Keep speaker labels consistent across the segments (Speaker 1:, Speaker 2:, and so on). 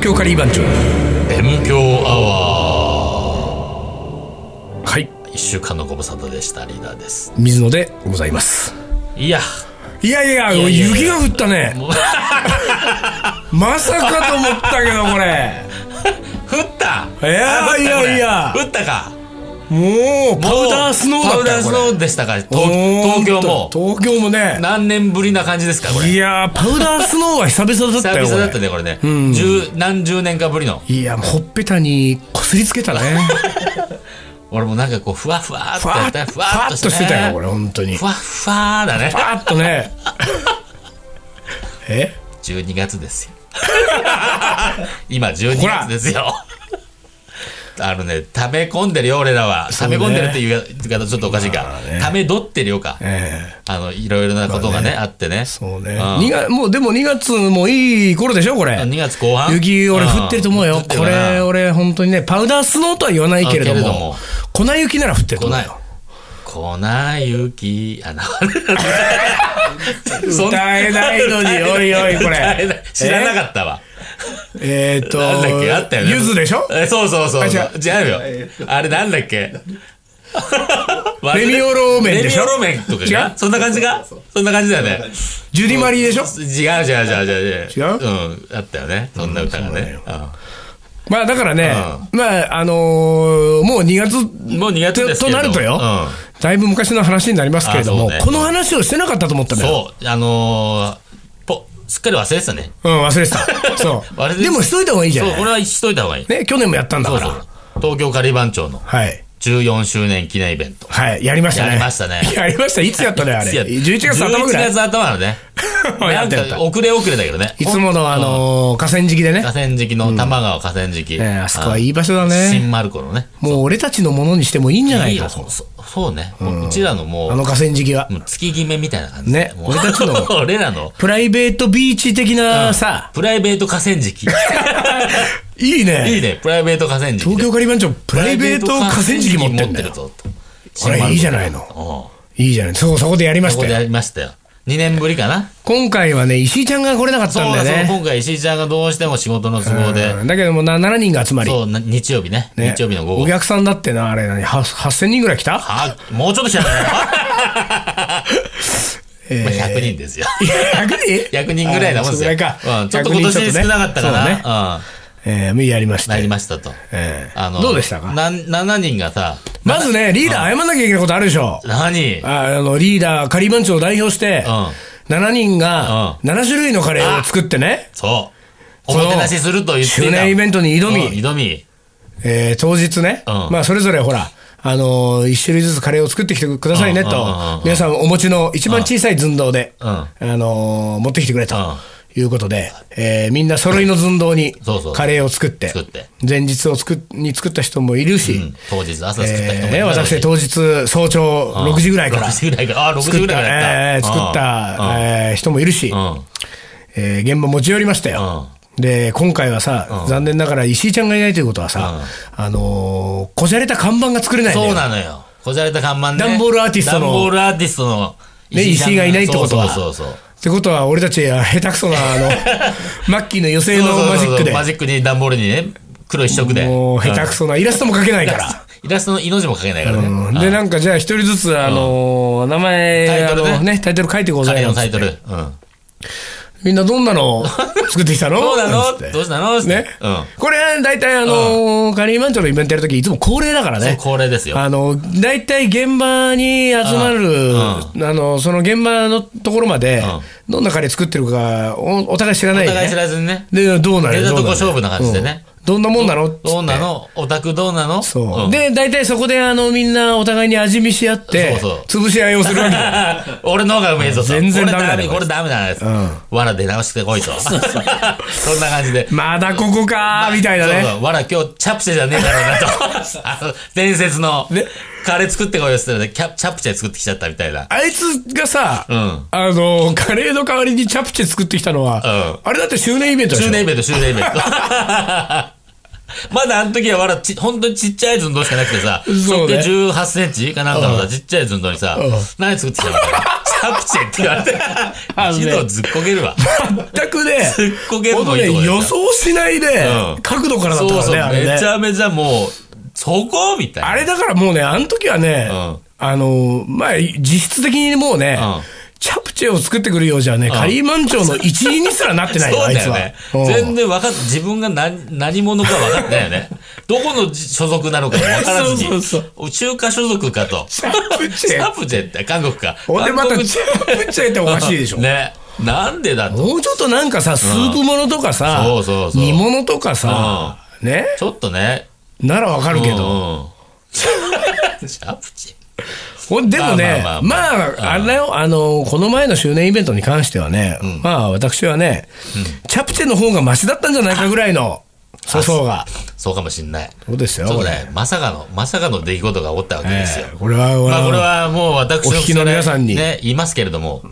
Speaker 1: 教カリー番長
Speaker 2: M 強アワ
Speaker 1: はい
Speaker 2: ー一週間のご無沙汰でしたリーダーです
Speaker 1: 水野でございます
Speaker 2: いや
Speaker 1: いやいや
Speaker 2: いやいやいや
Speaker 1: 雪が降ったね
Speaker 2: もう
Speaker 1: まさかと思ったけどこれ
Speaker 2: 降った
Speaker 1: いやいやいや
Speaker 2: 降ったか
Speaker 1: もうパウダースノーだ
Speaker 2: パウ
Speaker 1: った
Speaker 2: ダー
Speaker 1: よ
Speaker 2: ス
Speaker 1: これ
Speaker 2: ノーでしたから
Speaker 1: ほ
Speaker 2: 東
Speaker 1: んと
Speaker 2: 東京も
Speaker 1: 東京もね
Speaker 2: 何年ぶりな感じですかこれ
Speaker 1: いやーパウダースノーは久々だったよ
Speaker 2: 久々だった
Speaker 1: これ
Speaker 2: ねこれね
Speaker 1: うん
Speaker 2: 十何十年かぶりの
Speaker 1: いやもうほっぺたにこすりつけたね
Speaker 2: 俺もなんかこうふわ ふわっ
Speaker 1: ふ
Speaker 2: と
Speaker 1: わ
Speaker 2: や
Speaker 1: っ
Speaker 2: った
Speaker 1: ふわっとしてたよこれ本当に
Speaker 2: ふわっふわーだね
Speaker 1: パーッと ねえ
Speaker 2: 12月ですよ 今12
Speaker 1: ほら
Speaker 2: 月ですよあのね溜め込んでるよ俺らは
Speaker 1: そ
Speaker 2: 溜
Speaker 1: うね
Speaker 2: め込んでるっていう言い方ちょっとおかしいか、
Speaker 1: まあね
Speaker 2: 溜め取ってるよか
Speaker 1: ええ
Speaker 2: あのいろいろなことがね,、
Speaker 1: ま
Speaker 2: あってね
Speaker 1: そうね
Speaker 2: ん
Speaker 1: 二月もうでも2月もいい頃でしょこれ
Speaker 2: 2月後半
Speaker 1: 雪俺降ってると思うよ、
Speaker 2: ん降ってる
Speaker 1: こ
Speaker 2: かな
Speaker 1: れ俺本当にねパウダースノーとは言わないけれども
Speaker 2: あけれども
Speaker 1: 粉雪なら降ってると
Speaker 2: 来
Speaker 1: 思う
Speaker 2: ない
Speaker 1: よ
Speaker 2: 来ない雪あな そん
Speaker 1: 歌えないのにおいおいこれ
Speaker 2: 歌えない知らなかったわ
Speaker 1: えっ、ー、と
Speaker 2: なんだっけあったよね
Speaker 1: ゆずでしょ
Speaker 2: えそうそうそうそう
Speaker 1: あ違う
Speaker 2: 違うよあれなんだ っけ忘れ
Speaker 1: レミオロメンでしょ
Speaker 2: レミオロメンとか
Speaker 1: 違う
Speaker 2: がそんな感じがそんな感じだよね
Speaker 1: ジュディマリーでしょ
Speaker 2: 違う違う違う違う
Speaker 1: 違う
Speaker 2: うんあったよねそんな歌がね
Speaker 1: まあだからね、まああのーもう2月
Speaker 2: うんもう2月ですけど
Speaker 1: となるとよ
Speaker 2: うん
Speaker 1: だいぶ昔の話になりますけれども、
Speaker 2: あそうね
Speaker 1: この話をしてなかったと思ったんだよ
Speaker 2: そうあのーぽすっかり忘れてたね
Speaker 1: うん忘れて たそ
Speaker 2: 忘れて
Speaker 1: う
Speaker 2: た
Speaker 1: でもしといた方がいいじゃん
Speaker 2: そうこれはしといた方がいい
Speaker 1: ね去年もやったんだ
Speaker 2: そ
Speaker 1: か
Speaker 2: う
Speaker 1: ら
Speaker 2: そう東京カリバン町の
Speaker 1: はい
Speaker 2: 14周年記念イベント
Speaker 1: はいやりましたね
Speaker 2: やりましたね
Speaker 1: やりましたいつやったねあれ
Speaker 2: いや
Speaker 1: 11月頭ぐらい
Speaker 2: 11月頭のね
Speaker 1: や
Speaker 2: な
Speaker 1: っ
Speaker 2: ん
Speaker 1: たやった
Speaker 2: か遅れ遅れだけどね
Speaker 1: いつものあのー河川敷でね
Speaker 2: 河、川敷の多摩川河川敷、
Speaker 1: ええあそこはいい場所だ
Speaker 2: あ
Speaker 1: ね。
Speaker 2: 新丸子のね
Speaker 1: もう俺たちのものにしてもいいんじゃない
Speaker 2: い
Speaker 1: か
Speaker 2: よそそそうね、もううちらのもう
Speaker 1: あの河川敷は。
Speaker 2: もう月決めみたいな感じ
Speaker 1: ね
Speaker 2: もう
Speaker 1: 俺たちの
Speaker 2: 俺らの
Speaker 1: プライベートビーチ的なさ、
Speaker 2: プライベート河川 敷
Speaker 1: いいね。
Speaker 2: いいねプライベート河川敷
Speaker 1: 東京カリバン長プライベート河川敷持ってんだ
Speaker 2: る
Speaker 1: よ。
Speaker 2: ぞと
Speaker 1: これいいじゃないの
Speaker 2: 新丸子のうん
Speaker 1: いいじゃない。そう、そこでやりまし
Speaker 2: そこ
Speaker 1: た
Speaker 2: で
Speaker 1: よ。
Speaker 2: やりましたよ2年ぶりかな
Speaker 1: 今回はね、石井ちゃんが来れなかっ
Speaker 2: そう
Speaker 1: たんだ
Speaker 2: だ
Speaker 1: よ
Speaker 2: そう
Speaker 1: ね。
Speaker 2: 今回石井ちゃんがどうしても仕事の都合で
Speaker 1: うんだけどもな、7人が集まり。
Speaker 2: そうな日曜日ね
Speaker 1: ね
Speaker 2: 日曜日の午後
Speaker 1: お客さんだってな、あれ何、は8000人ぐらい来た
Speaker 2: あもうちょっとした
Speaker 1: え
Speaker 2: らまあ
Speaker 1: ー
Speaker 2: 100人ですよ
Speaker 1: 100人
Speaker 2: 100人ぐらいなもんですよ。
Speaker 1: あーそれぐらいか
Speaker 2: うん、ちょっと今年少なかっ
Speaker 1: 100人ちょ
Speaker 2: たか
Speaker 1: っと
Speaker 2: ら、
Speaker 1: ね
Speaker 2: ね
Speaker 1: そうえー、やりまし
Speaker 2: うん、な
Speaker 1: て
Speaker 2: り。ましたと。
Speaker 1: ええ
Speaker 2: あの
Speaker 1: どうでしたか
Speaker 2: な ?7 人がさ、
Speaker 1: まずね、リーダー謝んなきゃいけないことあるでしょ。
Speaker 2: 何
Speaker 1: ああの、リーダー、カリー番長を代表して、7人が7種類のカレーを作ってね、
Speaker 2: そう。おもてなしすると言っていた。
Speaker 1: 周年イベントに挑み
Speaker 2: うん挑み。
Speaker 1: えー当日ね、
Speaker 2: うん
Speaker 1: まあ、それぞれほら、あのー、1種類ずつカレーを作ってきてくださいね
Speaker 2: うんうんうん
Speaker 1: と
Speaker 2: うん、
Speaker 1: 皆さんお持ちの一番小さい寸胴で、
Speaker 2: うん
Speaker 1: あのー持ってきてくれと。
Speaker 2: うん
Speaker 1: いうことで、えーみんな揃いの寸胴に
Speaker 2: そうそう
Speaker 1: カレーを作って、
Speaker 2: 作って
Speaker 1: 前日を作っに作った人もいるし、
Speaker 2: うん当日、朝作った人
Speaker 1: えー
Speaker 2: もい
Speaker 1: ね、
Speaker 2: るだろうし
Speaker 1: 私、当日、早朝6時ぐらいから
Speaker 2: 6時ぐらいから。あ、6時
Speaker 1: 作っ
Speaker 2: ぐら
Speaker 1: た
Speaker 2: いからや
Speaker 1: え
Speaker 2: っ
Speaker 1: ー
Speaker 2: た。
Speaker 1: 作った
Speaker 2: うん
Speaker 1: えー人もいるし、
Speaker 2: うん。うん
Speaker 1: えー現場持ち寄りましたよ。で、今回はさ、残念ながら石井ちゃんがいないということはさ、あのーこじゃれた看板が作れないのよ
Speaker 2: そうなのよ。こじゃれた看板ね。
Speaker 1: ダンボールアーティストの
Speaker 2: ダンボールアーティストの
Speaker 1: ね、
Speaker 2: ちゃん
Speaker 1: 石井がいないってことは。
Speaker 2: そうそうそうそう。
Speaker 1: ってことは、俺たち、あ下手くそな、 あの、マッキーの予
Speaker 2: そ
Speaker 1: 選
Speaker 2: う
Speaker 1: の
Speaker 2: そう
Speaker 1: マジ
Speaker 2: そう
Speaker 1: ッ
Speaker 2: そ
Speaker 1: ク
Speaker 2: うマ
Speaker 1: で、
Speaker 2: ジックにダンボールにね、黒一色で。
Speaker 1: もう、下手くそな、イラストも描けないから。
Speaker 2: イラストの命も書けないからね。
Speaker 1: うんで、なんか、じゃあ、一人ずつ、あのー、名
Speaker 2: タ
Speaker 1: 前、
Speaker 2: イ
Speaker 1: あ
Speaker 2: トルね
Speaker 1: の、ね、タイトル書いてござ
Speaker 2: 彼
Speaker 1: い
Speaker 2: の
Speaker 1: ま
Speaker 2: タ
Speaker 1: す
Speaker 2: イ。トル。うん。
Speaker 1: みんなどんなの作ってきたの
Speaker 2: どう
Speaker 1: な
Speaker 2: な
Speaker 1: んつ
Speaker 2: の
Speaker 1: って
Speaker 2: どうしたの
Speaker 1: ね。
Speaker 2: うん。
Speaker 1: これ、大体あのー、カリーマンチョのイベントやるとき、いつも恒例だから
Speaker 2: そう
Speaker 1: ね。
Speaker 2: 恒例ですよ。
Speaker 1: あの、大体現場に集まる、あの、その現場のところまで、どんなカレー作ってるか、おお互い知らな
Speaker 2: お
Speaker 1: いで
Speaker 2: 互い知
Speaker 1: ね。
Speaker 2: らずにね。
Speaker 1: で、どうなの
Speaker 2: 出たとこ
Speaker 1: どう
Speaker 2: 勝負な感じでね
Speaker 1: うんどんなもんなのつって
Speaker 2: どうなのオタクどうなの
Speaker 1: そう。
Speaker 2: ん
Speaker 1: で、大体そこで、あの、みんなお互いに味見し合って
Speaker 2: そう、
Speaker 1: 潰し合いをするわ けよ。
Speaker 2: 俺の方がうめえぞと。
Speaker 1: 全然ダメだね
Speaker 2: これダメだね。これダメだね。わら出直してこいと。 そんな感じで。
Speaker 1: まだここかー、みたいな
Speaker 2: そう
Speaker 1: ね。
Speaker 2: そうわら今日チャプチェじゃねえだろ うなと。 あの伝説の
Speaker 1: ね、
Speaker 2: カレー作ってこいよって言ったらねキャチャプチェ作ってきちゃったみたいな。
Speaker 1: あいつがさ、
Speaker 2: うん。
Speaker 1: あの、カレーの代わりにチャプチェ作ってきたのは、あれだって周年イベントでし
Speaker 2: 周
Speaker 1: ょ
Speaker 2: 年イベント、周年イベント。 まだあの時はわらち、本当にちっちゃい寸胴しかなくてさ、
Speaker 1: そうね
Speaker 2: 直径18センチかなんかのさ、ちっちゃい寸胴にさ、
Speaker 1: ん
Speaker 2: 何作ってきたのかプチェって言われて、
Speaker 1: あのね
Speaker 2: 一度ずっこ けるわ。
Speaker 1: 全くね、
Speaker 2: すっこける
Speaker 1: 本当
Speaker 2: のいいとこ
Speaker 1: ね、
Speaker 2: だよ
Speaker 1: 予想しないで
Speaker 2: う、ん
Speaker 1: 角度からだったか
Speaker 2: そう
Speaker 1: ら
Speaker 2: そう、
Speaker 1: ね、あれ
Speaker 2: めち
Speaker 1: ね。
Speaker 2: ゃめちゃもう、そこみたいな。
Speaker 1: あれだからもうね、あの時はね
Speaker 2: うん、
Speaker 1: あの、まあ、実質的にもうね
Speaker 2: うん、
Speaker 1: チャプチェを作ってくるようじゃね、カリーマンチョウの一員にすらなってないよ、
Speaker 2: そ
Speaker 1: あ
Speaker 2: う
Speaker 1: い
Speaker 2: だ
Speaker 1: つ
Speaker 2: よ
Speaker 1: は
Speaker 2: ね。。
Speaker 1: うん
Speaker 2: 全然分かっ自分が何何者か分かってないよね。 どこの所属なのかも分からずに。
Speaker 1: そうそう
Speaker 2: 中華所属かと。
Speaker 1: チャプチェ
Speaker 2: チャプチェって韓国か。
Speaker 1: ほんでまた
Speaker 2: 韓国
Speaker 1: チャプチェっておかしいでしょ。
Speaker 2: ね。なんでだと。
Speaker 1: もうちょっとなんかさ、スープものとかさ、
Speaker 2: そうそうそう
Speaker 1: 煮物とかさ、ね、
Speaker 2: ちょっとね。
Speaker 1: ならわかるけど、
Speaker 2: ど。 チャプチェ。
Speaker 1: ほんでもね、
Speaker 2: ま
Speaker 1: ま
Speaker 2: あ
Speaker 1: あ、
Speaker 2: ま
Speaker 1: あれだよ、あの、この前の周年イベントに関してはね、まあ、私はね、チャプチェの方がマシだったんじゃないかぐらいの、粗相が。
Speaker 2: そうかもしんない。
Speaker 1: そうですよ、
Speaker 2: そ
Speaker 1: こ
Speaker 2: う
Speaker 1: れ。
Speaker 2: ね。まさかの、まさかの出来事が起こったわけですよ
Speaker 1: え。えこれは、
Speaker 2: まあ、これはもう私
Speaker 1: お聞きの皆さんに
Speaker 2: ね、言いますけれども。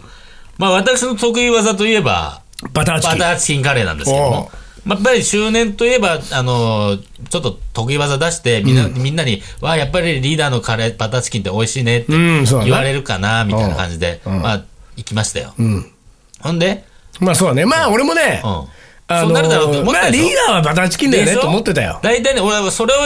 Speaker 2: まあ、私の得意技といえば、
Speaker 1: バターチキ
Speaker 2: バ
Speaker 1: ン。
Speaker 2: ターチキンカレーなんですけど
Speaker 1: おう
Speaker 2: も。まあやっぱり周年といえば、あのーちょっと得意技出して、みんな,、みんなに、わあ、やっぱりリーダーのカレー、バターチキンって美味しいねって
Speaker 1: うんそうだね
Speaker 2: 言われるかな、みたいな感じで、まあ、行きましたよ。ほんで、
Speaker 1: まあ、そうだね。まあ、俺もね、
Speaker 2: うん。
Speaker 1: あ
Speaker 2: そう
Speaker 1: の
Speaker 2: なるだろうと思っ
Speaker 1: まあ、
Speaker 2: たで
Speaker 1: リ
Speaker 2: しょ
Speaker 1: ーダーはバターチキンだよ
Speaker 2: で
Speaker 1: ね
Speaker 2: しょ
Speaker 1: と思ってたよ。
Speaker 2: 大体ね、俺はそれを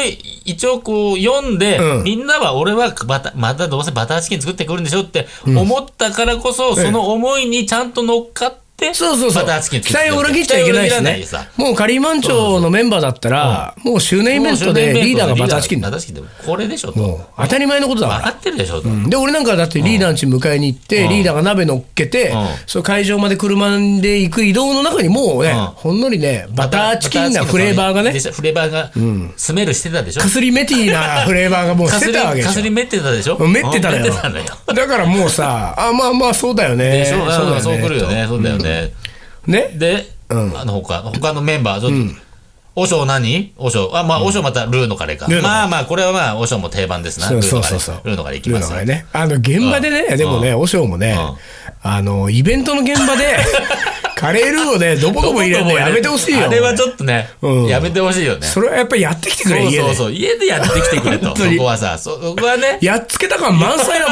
Speaker 2: 一応こう読んで、
Speaker 1: うん
Speaker 2: みんなは俺はバタ、またどうせバターチキン作ってくるんでしょって思ったからこそ、その思いにちゃんと乗っかって、
Speaker 1: そうそうそう。
Speaker 2: バターチキン
Speaker 1: 期待を裏切っちゃいけないし
Speaker 2: 期待を裏切らない
Speaker 1: ね
Speaker 2: でさ。
Speaker 1: もうカリーマンチョのメンバーだったら、もう周年イベントでリーダーがバターチキンだ。
Speaker 2: バターチキンってこれでしょと。
Speaker 1: もう当たり前のことだか。
Speaker 2: 分からってるでしょと。
Speaker 1: で、俺なんかだってリーダーの家迎えに行って、リーダーが鍋乗っけて
Speaker 2: うん、
Speaker 1: その会場まで車で行く移動の中にもうね、
Speaker 2: ん
Speaker 1: ほんのりね、バターチキンな
Speaker 2: バタ
Speaker 1: フレーバーが
Speaker 2: で
Speaker 1: ね、
Speaker 2: したフレーバーが、スメルしてたでしょ
Speaker 1: かすりメティなフレーバーがもうし
Speaker 2: かす
Speaker 1: て
Speaker 2: り、
Speaker 1: たわけで
Speaker 2: か
Speaker 1: し
Speaker 2: すり
Speaker 1: ょ。
Speaker 2: めってたでしょ
Speaker 1: めってたのよ
Speaker 2: めってたのよ。。
Speaker 1: だからもうさ、あ、まあまあそうだよね。
Speaker 2: でしょ
Speaker 1: だよ
Speaker 2: う
Speaker 1: ね
Speaker 2: んそう来るよね。そうだよね。
Speaker 1: ね
Speaker 2: で、あの他、他のメンバー、ちょっと、和尚何和尚。あ、まあ、和尚またルーのカレーか。
Speaker 1: ルーのカレー
Speaker 2: まあまあ、これはまあ、和尚も定番ですな。
Speaker 1: そう
Speaker 2: ルー
Speaker 1: そ
Speaker 2: の
Speaker 1: う
Speaker 2: カレ
Speaker 1: そう
Speaker 2: ー
Speaker 1: そう。
Speaker 2: ルーのカレーいきます
Speaker 1: ルーのカ
Speaker 2: よ
Speaker 1: レー。ね。あの、現場でね、でもね、和尚もね、あの、イベントの現場 で、カレールーをね、どぼどぼ入れるのやめてほしいよ。
Speaker 2: あれはちょっとね、
Speaker 1: うん
Speaker 2: やめてほしいよね。
Speaker 1: それはやっぱりやってきてく
Speaker 2: そ
Speaker 1: れ、
Speaker 2: う
Speaker 1: 家
Speaker 2: そう
Speaker 1: で。
Speaker 2: そう。家でやってきてくれと。
Speaker 1: 本
Speaker 2: そ
Speaker 1: 当に
Speaker 2: こはさ、そそこはね、
Speaker 1: やっつけた感満載だ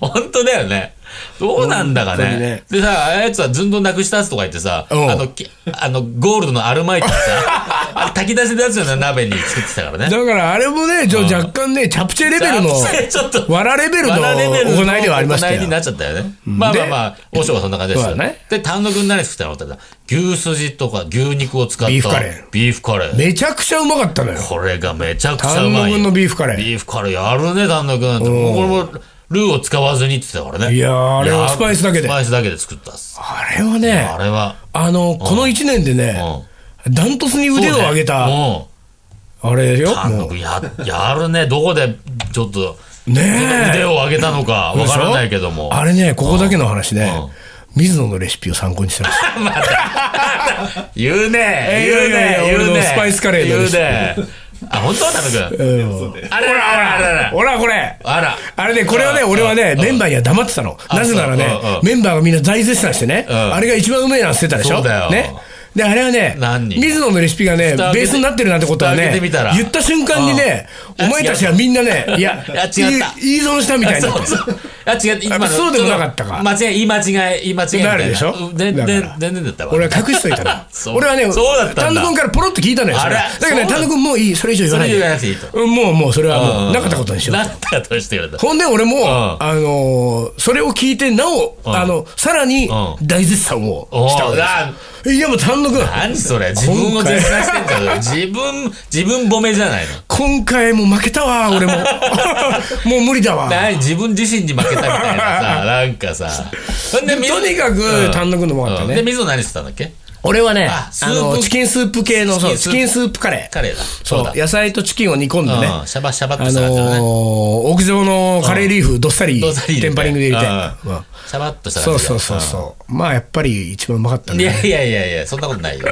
Speaker 1: もん。
Speaker 2: 本当だよね。どうなんだか
Speaker 1: 本当
Speaker 2: ね。
Speaker 1: にね
Speaker 2: でさ、あやつは寸胴なくしたやつとか言ってさ、
Speaker 1: うん
Speaker 2: あの、きあの、ゴールドのアルマ イトさ、あれ炊き出せたやつよね、鍋に作ってたから
Speaker 1: だ
Speaker 2: ね。
Speaker 1: からあれもね、ちょ若干ね、チャプチェレベルの、
Speaker 2: ちょっ と。
Speaker 1: わらレベルの
Speaker 2: わらレベルの
Speaker 1: 行いではありました
Speaker 2: 行いにな
Speaker 1: よ。
Speaker 2: っちゃったよね。まあまあまあ、和尚はそんな感じですよ
Speaker 1: そうだね。
Speaker 2: で、単独に何作ったのって言ったら牛すじとか牛肉を使った
Speaker 1: ビーフカレー。
Speaker 2: ビーフカレー。
Speaker 1: めちゃくちゃうまかったのよ。
Speaker 2: これがめちゃくちゃう
Speaker 1: 丹
Speaker 2: ま
Speaker 1: 野
Speaker 2: い。
Speaker 1: 君のビーフカレー。
Speaker 2: ビーフカレーやるね、単独なんて。もうこれもルーを使わずにって言ってたからね。
Speaker 1: いやーあれはい
Speaker 2: やー
Speaker 1: スパイスだけで
Speaker 2: スパイスだけで作ったっす。
Speaker 1: あれはね、
Speaker 2: あれは。
Speaker 1: あの、この1年でね、ダントツに腕を上げた、
Speaker 2: も
Speaker 1: あれよ
Speaker 2: う、。単
Speaker 1: も
Speaker 2: 独や、やるね。どこで、ちょっと、
Speaker 1: うねえ
Speaker 2: 腕を上げたのか、わからないけども。
Speaker 1: あれね、ここだけの話ね、水野のレシピを参考にしてま した。
Speaker 2: 言
Speaker 1: いやい
Speaker 2: うね言うね
Speaker 1: やいや
Speaker 2: 言う
Speaker 1: 俺
Speaker 2: ね
Speaker 1: のスパイスカレーの
Speaker 2: 言
Speaker 1: レ
Speaker 2: う
Speaker 1: シピ
Speaker 2: ねあ、本当は田くん。あらあらあらあら。
Speaker 1: ほら、これ。
Speaker 2: あら。
Speaker 1: あれね、これはね、
Speaker 2: うん
Speaker 1: 俺はね、メンバーには黙ってたの。なぜなら
Speaker 2: そううんう
Speaker 1: ね
Speaker 2: ん、
Speaker 1: メンバーがみんな大絶賛してね、
Speaker 2: ん
Speaker 1: あれが一番うめえなんて言ってたでしょ。
Speaker 2: そうだよ
Speaker 1: ね。で、あれはね
Speaker 2: 何、
Speaker 1: 水野のレシピがね
Speaker 2: 蓋、開けて
Speaker 1: ベースになってるなんてことを
Speaker 2: 蓋開
Speaker 1: ね、
Speaker 2: けてみたら
Speaker 1: 言った瞬間にね、
Speaker 2: うん
Speaker 1: お前たちはみんなね、い や、
Speaker 2: いや違った
Speaker 1: いいい損したみたいになっ
Speaker 2: そ
Speaker 1: て
Speaker 2: うそう。あ、違う、今の。
Speaker 1: そうでもなかったか
Speaker 2: 間違い、言い間違い、言い間違いみたいな。
Speaker 1: なるでしょ
Speaker 2: 全
Speaker 1: だか
Speaker 2: 然
Speaker 1: ら、
Speaker 2: 全然だったわ。
Speaker 1: 俺は隠しといたら
Speaker 2: そう
Speaker 1: 俺はね
Speaker 2: そうだったん
Speaker 1: 丹野
Speaker 2: だ
Speaker 1: 君からポロッと聞いたのよそれ
Speaker 2: あら
Speaker 1: だけど
Speaker 2: そう
Speaker 1: ね
Speaker 2: だ
Speaker 1: 丹野君もういいそれ以上言わない
Speaker 2: それ以
Speaker 1: で
Speaker 2: 上言わなくていいと
Speaker 1: うんもうもうそれは
Speaker 2: うん
Speaker 1: も
Speaker 2: うん
Speaker 1: うなかったことにしよう
Speaker 2: なかったことにしてくれた。
Speaker 1: ほんで俺も、
Speaker 2: ん
Speaker 1: あのーそれを聞いてなお、あのさらに
Speaker 2: う
Speaker 1: 大絶賛をしたわけ
Speaker 2: あ
Speaker 1: ですいやもう丹野君
Speaker 2: 何それ自分を絶賛してんじゃん。自分、自分褒めじゃないの。
Speaker 1: 今回も負けたわ 俺ももう無理だわ
Speaker 2: 何自分自身に負けたみたいな さ、なんかさ。ほんで
Speaker 1: とにかく丹野君のもあった
Speaker 2: で、
Speaker 1: ね
Speaker 2: 水野何してたんだっけ
Speaker 1: 俺はね
Speaker 2: あ
Speaker 1: あ
Speaker 2: スープ
Speaker 1: のチキンスープ系のそう
Speaker 2: チ
Speaker 1: チ
Speaker 2: キ
Speaker 1: キ
Speaker 2: ン
Speaker 1: ン
Speaker 2: ス
Speaker 1: スープカレー
Speaker 2: カレーだ。
Speaker 1: そう
Speaker 2: だ。
Speaker 1: 野菜とチキンを煮込んでね、
Speaker 2: うんシャバシャバっ
Speaker 1: あ
Speaker 2: とした
Speaker 1: の
Speaker 2: 感じだ
Speaker 1: ー
Speaker 2: ね。
Speaker 1: 屋上のカレーリーフどっさり
Speaker 2: どうぞ入れて
Speaker 1: テンパリングで入れて、
Speaker 2: う
Speaker 1: う
Speaker 2: ん
Speaker 1: ん
Speaker 2: シャバっとした
Speaker 1: そ
Speaker 2: 感
Speaker 1: う
Speaker 2: じだ
Speaker 1: そうそうそうまあやっぱり一番うまかった
Speaker 2: い
Speaker 1: ね
Speaker 2: やいやいやいや、そんなことない よ。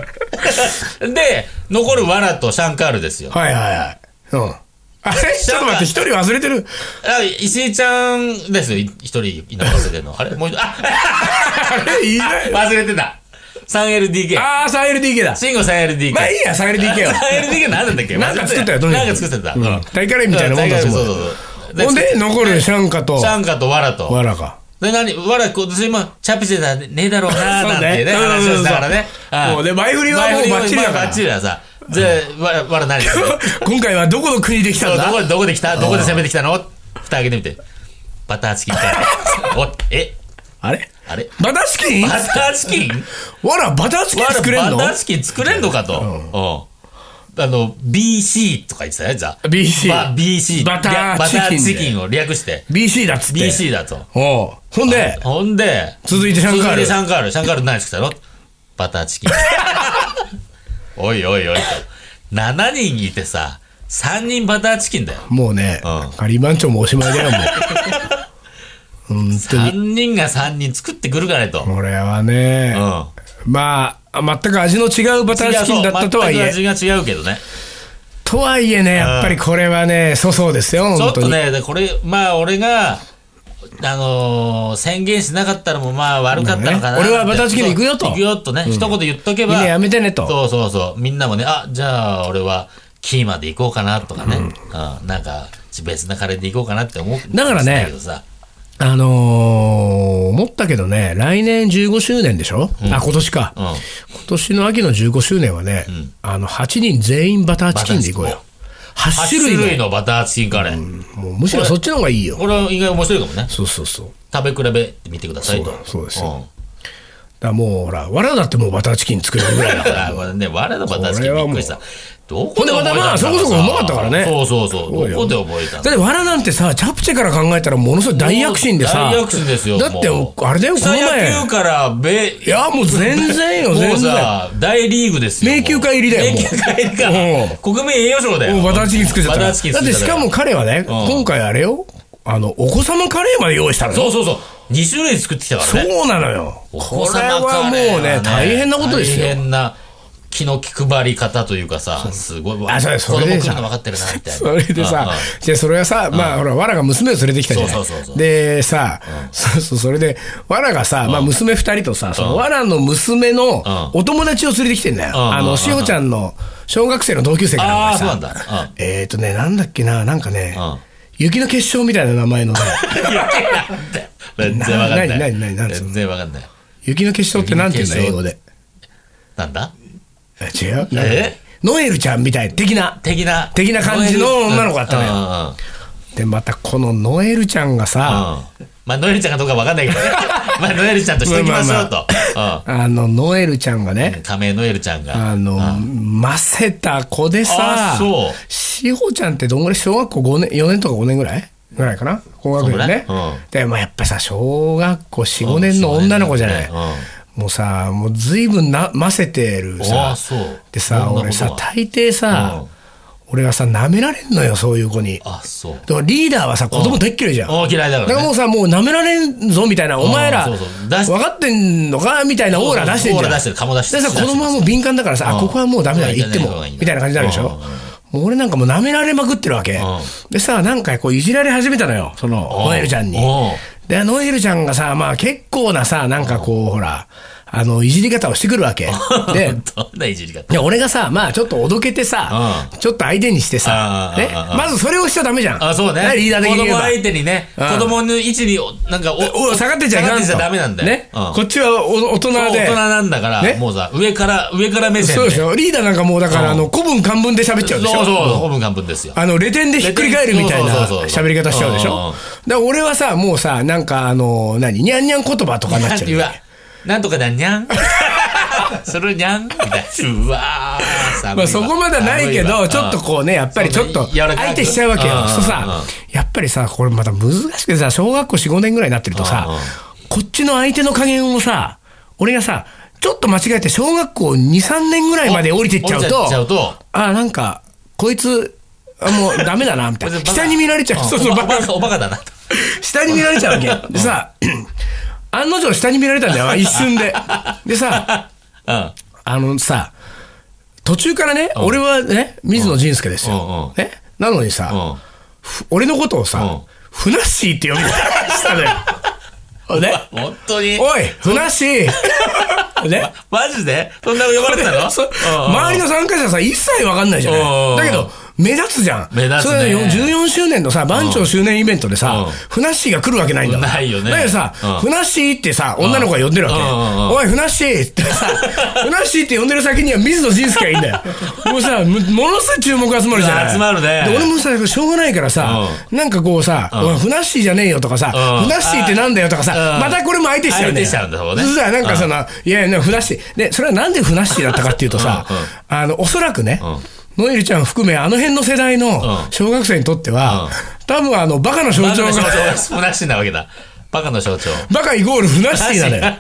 Speaker 2: で、残るわらとシャンカールですよ。
Speaker 1: はいはいはいうんあれちょっと待って一人忘れてる
Speaker 2: あ石井ちゃんですよ、い一人いな忘れてるの。あれもう一 人、あ
Speaker 1: あれ言いない
Speaker 2: 忘れてた。3LDK。
Speaker 1: ああ 3LDK だ
Speaker 2: 慎吾 3LDK。
Speaker 1: まあいいや 3LDK は
Speaker 2: 3LDK 何だったっけ
Speaker 1: なんか作ったよ
Speaker 2: 忘
Speaker 1: と
Speaker 2: れ
Speaker 1: に
Speaker 2: な
Speaker 1: か
Speaker 2: ん
Speaker 1: く
Speaker 2: か作ってた。
Speaker 1: うん
Speaker 2: うん
Speaker 1: 大カレーみたいなもんだ
Speaker 2: 大カ
Speaker 1: と
Speaker 2: レー
Speaker 1: 思
Speaker 2: そう
Speaker 1: う
Speaker 2: そうそう。
Speaker 1: ほんで残るシャンカと
Speaker 2: シャンカとわらと。
Speaker 1: わらか
Speaker 2: で、何わら、今年もチャプチェだねえだろうな、なんてね、
Speaker 1: そうね
Speaker 2: 話をしながらね。
Speaker 1: そうそうそう
Speaker 2: ああ
Speaker 1: もうね前振りはもう
Speaker 2: 前振
Speaker 1: バッチリだから
Speaker 2: バッチリださ。じゃあ、わら、わら何する
Speaker 1: 今回はどこの国で来たん
Speaker 2: ど
Speaker 1: だ
Speaker 2: こ、どこで来たどこで攻めてきたの蓋開けてみて。バターチキンかい。おい、 え、
Speaker 1: あれ
Speaker 2: あれ
Speaker 1: バターチキン
Speaker 2: バターチキン
Speaker 1: わら、バターチキン
Speaker 2: わ
Speaker 1: 作れん
Speaker 2: ら、
Speaker 1: の
Speaker 2: バターチキン作れんのかと。うん。あの、BC とか言ってたね、じゃあ。
Speaker 1: BC
Speaker 2: ば BC。
Speaker 1: バター
Speaker 2: いやバターチ
Speaker 1: チキ
Speaker 2: キンを略して。
Speaker 1: ?BC だっつって。
Speaker 2: BC だと。
Speaker 1: おうほんで、
Speaker 2: ほんで、
Speaker 1: 続いてシャンカール
Speaker 2: 続いてシャンカール。シャンカール何作ったのバターチ キン。おいおいおいと。7人いてさ、3人バターチキンだよ。
Speaker 1: もうね、
Speaker 2: うん
Speaker 1: カリーマンチョもおしまいだよ、も う。本当に。
Speaker 2: 3人が3人作ってくるかねと。
Speaker 1: これはね、
Speaker 2: うん。
Speaker 1: まあ、全く味の違うバターチキンだったとはいえ、
Speaker 2: 違うそう全く味が違うけどね。
Speaker 1: とはいえね、やっぱりこれはね、粗相ですよ、
Speaker 2: ちょっ
Speaker 1: 本当
Speaker 2: と
Speaker 1: に。
Speaker 2: ね、でこれ、まあ俺が、あのー宣言しなかったのもまあ悪かったのかな、
Speaker 1: まあね俺はバターチキンで行くよと
Speaker 2: そう行くよとね、一言言っとけば。
Speaker 1: みんなやめてねと
Speaker 2: そうそうそう。みんなもね、あ、じゃあ俺はキーマで行こうかなとかね。うん。なんか、別なカレーで行こうかなって思う。
Speaker 1: だからね
Speaker 2: けどさ
Speaker 1: あのー、思ったけどね、来年15周年でしょ、あ、今年か、
Speaker 2: うん
Speaker 1: 今年の秋の15周年はね、あの、8人全員バターチキンでいこうよ。8
Speaker 2: 8
Speaker 1: 種類
Speaker 2: 種
Speaker 1: の
Speaker 2: 類のバターチキンカレー。
Speaker 1: もうむしろそっちの方がいいよ。
Speaker 2: これは意外に面白いかもね。
Speaker 1: そうそうそう。
Speaker 2: 食べ比べてみてくださいと。
Speaker 1: そうです
Speaker 2: うん
Speaker 1: よ。だからもうほら、わらだってもうバターチキン作れるぐらいだから。
Speaker 2: あこれね、我のバターチキンびっくりした。どこで
Speaker 1: ほん
Speaker 2: 覚
Speaker 1: で
Speaker 2: え
Speaker 1: また
Speaker 2: た
Speaker 1: まあ
Speaker 2: んだろ
Speaker 1: そこそこうまかったからね
Speaker 2: そうそうそう。
Speaker 1: よ
Speaker 2: どこで覚えたん
Speaker 1: だ
Speaker 2: だ
Speaker 1: ってわらなんてさ、チャプチェから考えたらものすごい大躍進でさ。
Speaker 2: 大躍進ですよ。
Speaker 1: だって
Speaker 2: もう
Speaker 1: あれだよ、この
Speaker 2: 草野
Speaker 1: 前
Speaker 2: 球。から、べ、
Speaker 1: いや、もう全然よ、
Speaker 2: も
Speaker 1: 全
Speaker 2: う
Speaker 1: 然。
Speaker 2: さ、大リーグですよ。
Speaker 1: 迷宮会入りだよ
Speaker 2: 迷
Speaker 1: もう
Speaker 2: 宮会入りか
Speaker 1: うん。
Speaker 2: 国民栄誉賞だよ。
Speaker 1: もうバターチキン作っちゃったか
Speaker 2: バ
Speaker 1: ら。
Speaker 2: ターチキン
Speaker 1: だって
Speaker 2: 作っちゃ
Speaker 1: し
Speaker 2: っ
Speaker 1: か
Speaker 2: たか
Speaker 1: も彼
Speaker 2: ら
Speaker 1: はね、今回あれよ、あの、お子様カレーまで用意したのよ。
Speaker 2: そうそうそう。2種類作ってきたからね。
Speaker 1: そうなのよ。
Speaker 2: お
Speaker 1: こ
Speaker 2: 子
Speaker 1: れは
Speaker 2: 様
Speaker 1: も
Speaker 2: カ
Speaker 1: う
Speaker 2: レーは
Speaker 1: ね、大変なことです
Speaker 2: 大
Speaker 1: よ。
Speaker 2: 変な気の気配り方というかさ、すごい。
Speaker 1: あそれそれで
Speaker 2: 子供来
Speaker 1: さ
Speaker 2: るの分かってるな、みたいな。
Speaker 1: それで
Speaker 2: うん
Speaker 1: さ
Speaker 2: うん、
Speaker 1: じゃあそれはさ、まあほら、わらが娘を連れてきたじゃない
Speaker 2: そうそうそうそ。う
Speaker 1: で、さ、そうそう、それで、わらがさ、まあ娘二人とさ、そのわらの娘のお友達を連れてきてんだよ。
Speaker 2: ん
Speaker 1: あ
Speaker 2: う
Speaker 1: の、
Speaker 2: ん
Speaker 1: しおちゃんの小学生の同級生かなんか
Speaker 2: ああ、
Speaker 1: で
Speaker 2: そうな
Speaker 1: さ
Speaker 2: ん、だ。うん
Speaker 1: えっとね、なんだっけな、なんかね
Speaker 2: うん、
Speaker 1: 雪の結晶みたいな名前のね、
Speaker 2: 全然わかんない。
Speaker 1: ななななん
Speaker 2: 全然わかんない。
Speaker 1: 雪の結晶ってなんて言うんだ、英
Speaker 2: 雪
Speaker 1: 語
Speaker 2: の
Speaker 1: で。
Speaker 2: なんだ
Speaker 1: え違う
Speaker 2: え
Speaker 1: ノエルちゃんみたい、的な。
Speaker 2: 的な。
Speaker 1: 的な感じの女の子だったのよ
Speaker 2: うんうんうん
Speaker 1: で、またこのノエルちゃんがさ、
Speaker 2: まあ、ノエルちゃんかどうかわかんないけ どね。まあ、ノエルちゃんとしておきましょうと。
Speaker 1: あの、ノエルちゃんがね、
Speaker 2: うん。仮名ノエルちゃんが。
Speaker 1: あの、ませた子でさ
Speaker 2: あ、そう
Speaker 1: しほちゃんってどんぐらい小学校5年、4年とか5年ぐらいぐらいかな高学年ね
Speaker 2: そんぐらいうん。
Speaker 1: で、まあやっぱさ、小学校4、5年の
Speaker 2: うん
Speaker 1: 女の子じゃない。
Speaker 2: そうだよね
Speaker 1: もうさ、もう随分な、ませてる
Speaker 2: あ
Speaker 1: さ
Speaker 2: あ、。そう。
Speaker 1: でさ、
Speaker 2: そんなこと
Speaker 1: 俺さ
Speaker 2: は、
Speaker 1: 大抵さ
Speaker 2: うん、
Speaker 1: 俺がさ、舐められんのよ、そういう子に。
Speaker 2: あ、そう。
Speaker 1: だからリーダーはさ、子供でっきりじゃん。
Speaker 2: お嫌いだ
Speaker 1: だか
Speaker 2: か
Speaker 1: ららも
Speaker 2: ね。
Speaker 1: うさ、もう舐められんぞみたいな、お前ら、
Speaker 2: そうそう出し
Speaker 1: 分かってんのかみたいなオーラ出してんじゃん。
Speaker 2: オーラ出してる顔出してる
Speaker 1: でさ、子供はもう敏感だからさ、
Speaker 2: うん
Speaker 1: あ、ここはもうダメだ、
Speaker 2: うん
Speaker 1: 行っても、みたいな感じになるでしょ。もう俺なんかもう舐められまくってるわけ。でさ、なんかこういじられ始めたのよ、その、ノエルちゃんに
Speaker 2: うん。
Speaker 1: で、ノエルちゃんがさ、まあ結構なさ、なんかこう、ほら、あの、いじり方をしてくるわけ。 で、
Speaker 2: どんないじり方
Speaker 1: で俺がさ、まあちょっとおどけてさ、ちょっと相手にしてさ
Speaker 2: あ、ー
Speaker 1: ね
Speaker 2: あーあ、ー
Speaker 1: まずそれをしちゃダメじゃん。
Speaker 2: あ、そうね。
Speaker 1: ねリーダー的に
Speaker 2: 子
Speaker 1: 言えば。
Speaker 2: 供相手にね、
Speaker 1: うん
Speaker 2: 子供の位置に、おなんか、
Speaker 1: お下がってちゃいかんと
Speaker 2: 下がってちゃダメなんだよ。
Speaker 1: ね、
Speaker 2: うん
Speaker 1: こっちはお大人
Speaker 2: そう
Speaker 1: で
Speaker 2: 大人なんだから、
Speaker 1: ね
Speaker 2: もうさ、上から、上から目線
Speaker 1: そう
Speaker 2: で。
Speaker 1: ですよリーダーなんかもうだから、
Speaker 2: うん
Speaker 1: あの古文漢文で喋っちゃうでしょ
Speaker 2: そうそう、
Speaker 1: も
Speaker 2: 本文漢文ですよ。
Speaker 1: あのレ点でひっくり返るみたい
Speaker 2: そう
Speaker 1: な
Speaker 2: そうそうそう
Speaker 1: 喋り方しちゃうでしょ、
Speaker 2: うんうんうん
Speaker 1: だから俺はさもうさなんかあの何にゃんにゃん言葉とかになっちゃう
Speaker 2: うわ、なんとかだにゃん。 それにゃんみたいな。うわー寒いわ
Speaker 1: まあ、そこまではないけ
Speaker 2: 寒いわ
Speaker 1: ど、ちょっとこうね、やっぱりちょっと、
Speaker 2: そんな柔らかく
Speaker 1: 相手しちゃうわけ
Speaker 2: うんう
Speaker 1: よ。
Speaker 2: ん
Speaker 1: そうさ、やっぱりさ、これまた難しくてさ、小学校4、5年ぐらいになってるとさ
Speaker 2: うんうん、
Speaker 1: こっちの相手の加減をさ、俺がさ、ちょっと間違えて小学校2、3年ぐらいまで降りてっちゃう
Speaker 2: 降りてっちゃう
Speaker 1: と、
Speaker 2: と
Speaker 1: あ、なんか、こいつ、あもうダメだな、みたいな。
Speaker 2: こいつバカ
Speaker 1: 下に見られちゃう。
Speaker 2: ん
Speaker 1: そうそう、
Speaker 2: お
Speaker 1: バ
Speaker 2: ば
Speaker 1: カ
Speaker 2: おばおばかだなと。
Speaker 1: 下に見られちゃうわけ。でさ、案の定下に見られたんだよ、一瞬で。でさ、
Speaker 2: うん。
Speaker 1: あのさ、途中からね、俺はね、水野仁介ですよ。
Speaker 2: うん
Speaker 1: ね、なのにさ、ふ俺のことをさ
Speaker 2: うん、
Speaker 1: ふなっしーって呼 び出したのよ。ね、
Speaker 2: うん。本当に
Speaker 1: おい、ふなっ しーね。
Speaker 2: マジでそんな呼ばれてたの
Speaker 1: そ
Speaker 2: うんうんうん
Speaker 1: 周りの参加者さ、一切わかんないじゃ
Speaker 2: うんうんう
Speaker 1: なんい。だけど、目立つじゃん。
Speaker 2: 目立つね
Speaker 1: それよ14周年のさ、番長周年イベントでさ、
Speaker 2: うん
Speaker 1: ふなっしーが来るわけないんだから
Speaker 2: ないよね
Speaker 1: だけどさ、
Speaker 2: うん
Speaker 1: ふなっしーってさ、女の子が呼んでるわけ。
Speaker 2: うんうんうん
Speaker 1: おい、ふなっしー ってさ、ふなっしーって呼んでる先には水野仁介がいいんだよ。もうさ、むものすごい注目が集まるじゃない。
Speaker 2: 集まるね
Speaker 1: で俺もさ、しょうがないからさ、なんかこうさ、おい、ふなっしーじゃねえよとかさ、
Speaker 2: うん
Speaker 1: ふなっしーってなんだよとかさ
Speaker 2: う、ん
Speaker 1: またこれも相手しちゃうんだよ。
Speaker 2: 相手しちゃうんだそうね
Speaker 1: そしたらなんかその、いやいや、ふなっしー。で、それはなんでふなっしーだったかっていうとさ、
Speaker 2: うんうん
Speaker 1: あの、おそらくね、
Speaker 2: ん
Speaker 1: ノエルちゃん含め、あの辺の世代の
Speaker 2: うん
Speaker 1: 小学生にとっては、
Speaker 2: うん
Speaker 1: 多分あの、バカの象
Speaker 2: バカ
Speaker 1: 徴
Speaker 2: の象徴
Speaker 1: が、
Speaker 2: がふなっしーなわけだ。バカの象徴。
Speaker 1: バカイコールふなっしーなのよ。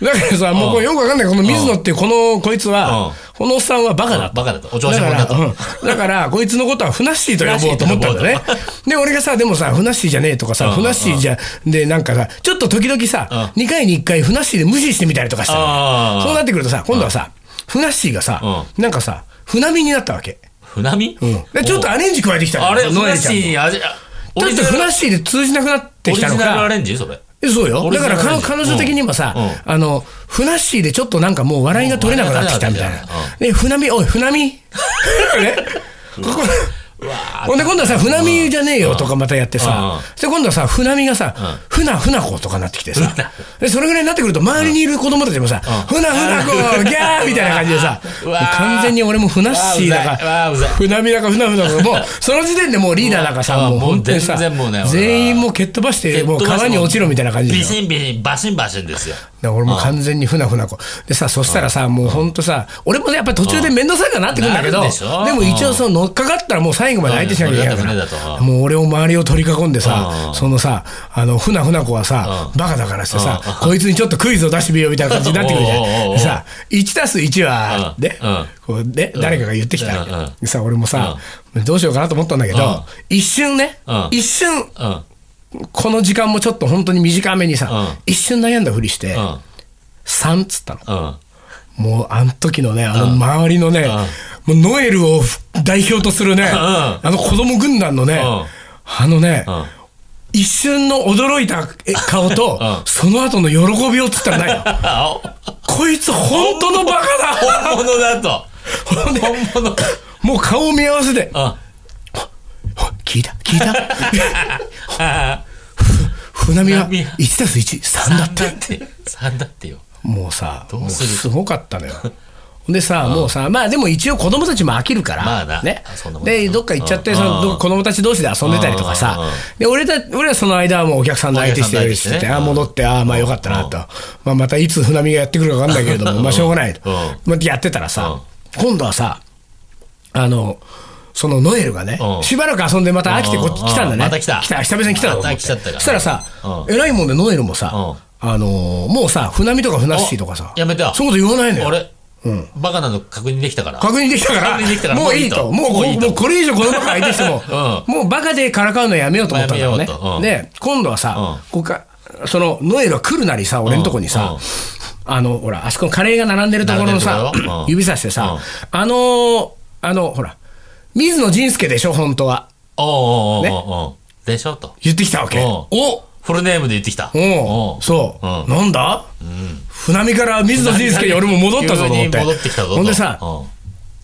Speaker 1: だからさ、もうこれよくわかんない。この水野っていうこの、こいつは
Speaker 2: うん、
Speaker 1: このおっさんはバカだと
Speaker 2: バカだと。お調
Speaker 1: だ
Speaker 2: 子
Speaker 1: か
Speaker 2: 者
Speaker 1: ら
Speaker 2: だ、と。
Speaker 1: うんだから、こいつのことはふなっしーと呼ぼうと思ったんだね
Speaker 2: ふなっしーと呼ぼ。
Speaker 1: で、俺がさ、でもさ、ふなっしーじゃねえとかさ、
Speaker 2: うん
Speaker 1: ふなっしーじゃ、で、なんかさ、ちょっと時々さ、2回に1回ふなっしーで無視してみたりとかした
Speaker 2: あ
Speaker 1: の
Speaker 2: ー
Speaker 1: そうなってくるとさ、今度はさ、ふなっしーがさ、なんかさ、船見になったわけ。
Speaker 2: 船見
Speaker 1: でちょっとアレンジ加えてきたの
Speaker 2: あれ、ふ
Speaker 1: ノエ
Speaker 2: なっ
Speaker 1: ルちゃん
Speaker 2: しー
Speaker 1: も
Speaker 2: に味、あオリ
Speaker 1: ち
Speaker 2: ジ
Speaker 1: ょっとふ
Speaker 2: ナ
Speaker 1: なっ
Speaker 2: ル、
Speaker 1: しーで通じなくなって
Speaker 2: オ
Speaker 1: き
Speaker 2: リ
Speaker 1: た
Speaker 2: ジ
Speaker 1: の
Speaker 2: ナルア
Speaker 1: か。
Speaker 2: レンジそれ。
Speaker 1: えそうよ。
Speaker 2: オリ
Speaker 1: だ
Speaker 2: ジ
Speaker 1: か
Speaker 2: ナル
Speaker 1: ら
Speaker 2: アレン
Speaker 1: 彼
Speaker 2: ジ
Speaker 1: 彼女的にはさ、
Speaker 2: うん
Speaker 1: あの、ふなっしーでちょっとなんかもう笑いが取れなくなってきたみたいな
Speaker 2: うん。
Speaker 1: で、ふなみ、おい、ふなみ。 ねここほんで今度はさ、ふなみじゃねえよとかまたやってさ、で今度はさ、ふなみがさ、ふなふな子とかなってきてさ、でそれぐらいになってくると、周りにいる子供たちもさ、ふなふな子、ギャーみたいな感じでさ、
Speaker 2: うわー
Speaker 1: 完全に俺もふなっしーだ
Speaker 2: うわ
Speaker 1: か
Speaker 2: ーうざい、
Speaker 1: ふなみだかふなふなか、もうその時点でもうリーダーだかさ、
Speaker 2: うわ
Speaker 1: もう本当に
Speaker 2: も
Speaker 1: さ
Speaker 2: う全然もうね俺、は
Speaker 1: 全員もう蹴っ飛ばして、もう川に落ちろみたいな感じで
Speaker 2: ビ
Speaker 1: しょ
Speaker 2: シンビシン、バシンバシンですよ。
Speaker 1: だから俺も完全にふなふなこでさそしたらさもうほんとさ俺もねやっぱ途中で面倒くさいかなってくるんだけど
Speaker 2: なるでしょ
Speaker 1: でも一応その乗っかかったらもう最後まで相手しなきゃいけないか
Speaker 2: うん乗っかった船だ
Speaker 1: ら
Speaker 2: と
Speaker 1: もう俺を周りを取り囲んでさ
Speaker 2: うん
Speaker 1: そのさあのふなふな子はさ
Speaker 2: うん
Speaker 1: バカだからしてさ
Speaker 2: うん
Speaker 1: こいつにちょっとクイズを出してみようみたいな感じになってくるじゃん
Speaker 2: おうおうおうおう
Speaker 1: でさ1たす1は
Speaker 2: うん
Speaker 1: で
Speaker 2: うん
Speaker 1: こうで誰かが言ってきたわけ
Speaker 2: うんうん
Speaker 1: でさ俺もさどうしようかなと思ったんだけ
Speaker 2: う
Speaker 1: ど
Speaker 2: ん
Speaker 1: 一瞬ね
Speaker 2: うん
Speaker 1: 一瞬
Speaker 2: うん。
Speaker 1: この時間もちょっと本当に短めに
Speaker 2: う
Speaker 1: さ
Speaker 2: ん
Speaker 1: 一瞬悩んだふりして
Speaker 2: うん。
Speaker 1: 3っつったの。
Speaker 2: うん。
Speaker 1: もうあの時のね、あの周りのね、もうノエルを代表とするね、あの子供軍団のね、
Speaker 2: ん
Speaker 1: あのね、
Speaker 2: ん
Speaker 1: 一瞬の驚いたえ顔と、
Speaker 2: うん
Speaker 1: その後の喜びをつったらないよ。
Speaker 2: あ、
Speaker 1: こいつ本当のバカだ
Speaker 2: お本物だと。
Speaker 1: ほんで
Speaker 2: 本物。
Speaker 1: もう顔を見合わせて、
Speaker 2: あ、
Speaker 1: ほ聞いた聞いた
Speaker 2: あ、
Speaker 1: 船見は
Speaker 2: 船見は
Speaker 1: 1たす1、3だ
Speaker 2: な
Speaker 1: っ
Speaker 2: ん
Speaker 1: て
Speaker 2: だ。って、三だってよ。
Speaker 1: もうさ、もう
Speaker 2: うする
Speaker 1: すごかったのよ。 でさ、もうさ、まあでも一応子供たちも飽きるから、
Speaker 2: まあな
Speaker 1: ね
Speaker 2: そんなもんだよ
Speaker 1: で、どっか行っちゃって、
Speaker 2: うん
Speaker 1: そのど子供たち同士で遊んでたりとかさ
Speaker 2: うん、
Speaker 1: で俺た俺はその間はもうお客さんの相手して
Speaker 2: お客さんの相手
Speaker 1: し
Speaker 2: して
Speaker 1: て
Speaker 2: ね
Speaker 1: て、ああ、
Speaker 2: うん
Speaker 1: 戻って、ああ、まあよかったなと、まあ、またいつ船見がやってくるか分かんないけれども、まあしょうがないと
Speaker 2: うん、
Speaker 1: まあやってたらさ、今度はさ、あの、そのノエルがね、
Speaker 2: うん
Speaker 1: しばらく遊んでまた飽きてこっち来たんだ
Speaker 2: う
Speaker 1: ね。
Speaker 2: んまた来た
Speaker 1: 来た、久々に来たの
Speaker 2: また来ちゃったから
Speaker 1: そしたらさ、
Speaker 2: うん
Speaker 1: えらいもんでノエルもさ、
Speaker 2: うん
Speaker 1: あのーもうさ、船見とか船っしーとかさ、
Speaker 2: あやめた
Speaker 1: そういうこと言わないのよ。
Speaker 2: 俺、バカなの確認できたから。
Speaker 1: 確認できたから、
Speaker 2: 確認できたから
Speaker 1: もういいと。もう
Speaker 2: も
Speaker 1: こ
Speaker 2: ういいと
Speaker 1: もうこれ以上このバカ相手して も、もうバカでからかうのやめようと思ったんだよね
Speaker 2: やめようとう。ん
Speaker 1: で、今度はさ、こうかそのノエルが来るなりさ、俺のとこに
Speaker 2: うんう
Speaker 1: さ
Speaker 2: ん、
Speaker 1: あの、ほら、あそこのカレーが並んでるところのさ
Speaker 2: 並んでるところう、ん
Speaker 1: 指さしてさ、あのー、あの、ほら、水野仁介でしょ、本当は。
Speaker 2: おうおうおうおうおうでしょと。
Speaker 1: 言ってきたわけ。
Speaker 2: うん
Speaker 1: お
Speaker 2: フルネームで言ってきた。
Speaker 1: おうそう、
Speaker 2: うん
Speaker 1: なんだ、船見から水野仁介に俺も戻ったぞと思って
Speaker 2: 急に戻ってきたぞと。
Speaker 1: ほんでさ、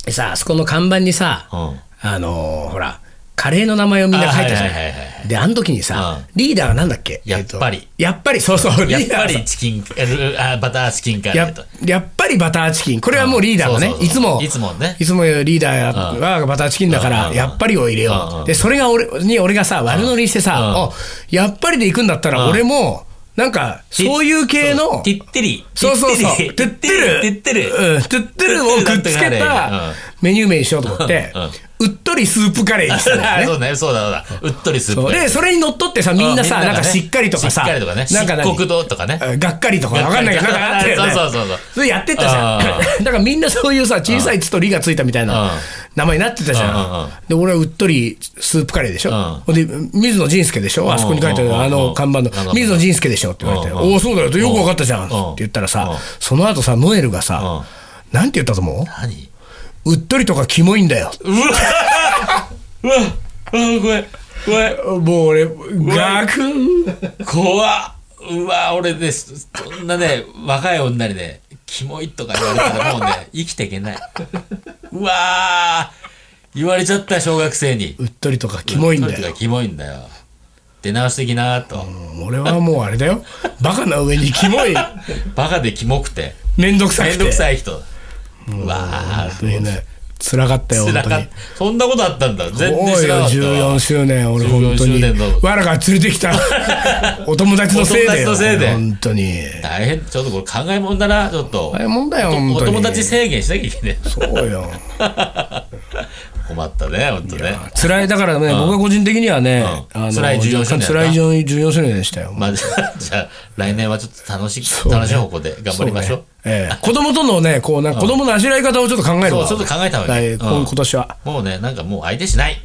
Speaker 2: う
Speaker 1: さあそこの看板にさ、
Speaker 2: ん。うん。
Speaker 1: あのーほらカレーの名前をみんな書いたじゃ
Speaker 2: あはいはいはいは
Speaker 1: んであの時にさ、
Speaker 2: うん
Speaker 1: リーダーがなんだっけ
Speaker 2: やっぱり
Speaker 1: えとやっぱりそうそう
Speaker 2: やっ
Speaker 1: リーダー
Speaker 2: ぱ
Speaker 1: がさ
Speaker 2: りチキン、えルあバターチキンカレ
Speaker 1: や
Speaker 2: ーと
Speaker 1: っ。やっぱりバターチキンこれはもうリーダーがね、
Speaker 2: うんそうそう
Speaker 1: いつも
Speaker 2: いつもね
Speaker 1: いつもリーダーはバターチキンだから、
Speaker 2: うん
Speaker 1: やっぱりを入れよう、
Speaker 2: うん
Speaker 1: でそれが俺に俺がさ悪乗りしてさ、
Speaker 2: うん
Speaker 1: あやっぱりで行くんだったら俺もなんかそういう系の
Speaker 2: てってり。
Speaker 1: そうそうそう。
Speaker 2: て
Speaker 1: て
Speaker 2: っ
Speaker 1: ってて
Speaker 2: り。
Speaker 1: る。
Speaker 2: てってる。
Speaker 1: うん。てってるをくっつけたメニュー名にしようと思って、うっとりスープカレーにした んだよね。
Speaker 2: そうだね、そうだ、そうだ。うっとりする
Speaker 1: そうで、それにのっとってさ、みんなさ、なんかしっかりとかさ、
Speaker 2: しっかりとかね。
Speaker 1: なんか
Speaker 2: 漆黒
Speaker 1: 何
Speaker 2: 堂とかね。
Speaker 1: がっかりとかわかんないけど、なんかあったよね。
Speaker 2: そうそうそうそう
Speaker 1: れやってったじゃん。 だからみんなそういうさ、小さいつとりがついたみたいな
Speaker 2: うん
Speaker 1: 名前になってたじ
Speaker 2: うんうん
Speaker 1: ゃ
Speaker 2: うん
Speaker 1: ん。で、俺はうっとりスープカレーでしょ。
Speaker 2: う
Speaker 1: ほんで、水野仁介でしょ。あそこに書いてあ
Speaker 2: うんう
Speaker 1: る
Speaker 2: んうん
Speaker 1: あの看板の
Speaker 2: なんか、
Speaker 1: 水野仁介でしょって言われて、
Speaker 2: うんうん
Speaker 1: おお、そうだよ。よくわかったじゃん。っ
Speaker 2: うん
Speaker 1: て言ったら
Speaker 2: う
Speaker 1: さ
Speaker 2: ん、
Speaker 1: その後さ、ノエルがさ、なんて言ったと思
Speaker 2: 何
Speaker 1: ううっとりとかキモいんだよ。
Speaker 2: うわうわうわごめん。ごめん。
Speaker 1: もう俺、ガクン。
Speaker 2: 怖っ。うわ俺ね、そそんなね、若い女にね、 キモいとか言われたらもうね、生きていけない。うわー言われちゃった小学生に。
Speaker 1: うっとりとかキモいんだ
Speaker 2: とにか
Speaker 1: よ
Speaker 2: く。キモいんだよ。出直してきなと。
Speaker 1: 俺はもうあれ だよ。バカな上にキモい。
Speaker 2: バカでキモくて。
Speaker 1: めんどくさい。
Speaker 2: めんどく
Speaker 1: い。
Speaker 2: さい人。うわ
Speaker 1: というね。辛かったよ、
Speaker 2: つ
Speaker 1: 本
Speaker 2: ら
Speaker 1: 当
Speaker 2: か
Speaker 1: に
Speaker 2: っ。そんなことあったんだ。全然
Speaker 1: おい
Speaker 2: 知ら
Speaker 1: よ
Speaker 2: なかったわ。
Speaker 1: 14周年俺本当に
Speaker 2: 14周年の
Speaker 1: わらが連れてき たお友達のせいでよ
Speaker 2: お友達のせいで
Speaker 1: 本当に
Speaker 2: 大変。ちょっとこれ考えもんだな、ちょっと。
Speaker 1: 大変もんだよ本
Speaker 2: お
Speaker 1: 当に
Speaker 2: 友達制限しなきゃいけない。
Speaker 1: そうよ
Speaker 2: 困ったね、本当ね。
Speaker 1: 辛いだからね僕は個人的にはね
Speaker 2: うん辛い14周年だ
Speaker 1: 若干辛い14周年でしたよ
Speaker 2: まあ、じゃあ、じゃあ来年はちょっと楽しい、楽しい方向で頑張りましょう。
Speaker 1: そうねええ子供とのねこうなんか子供のあしらい方をちょっと考えるわ
Speaker 2: そうちょっと考えた方がいい
Speaker 1: はい
Speaker 2: うん
Speaker 1: 今今年は
Speaker 2: もうね、なんかもう相手しない。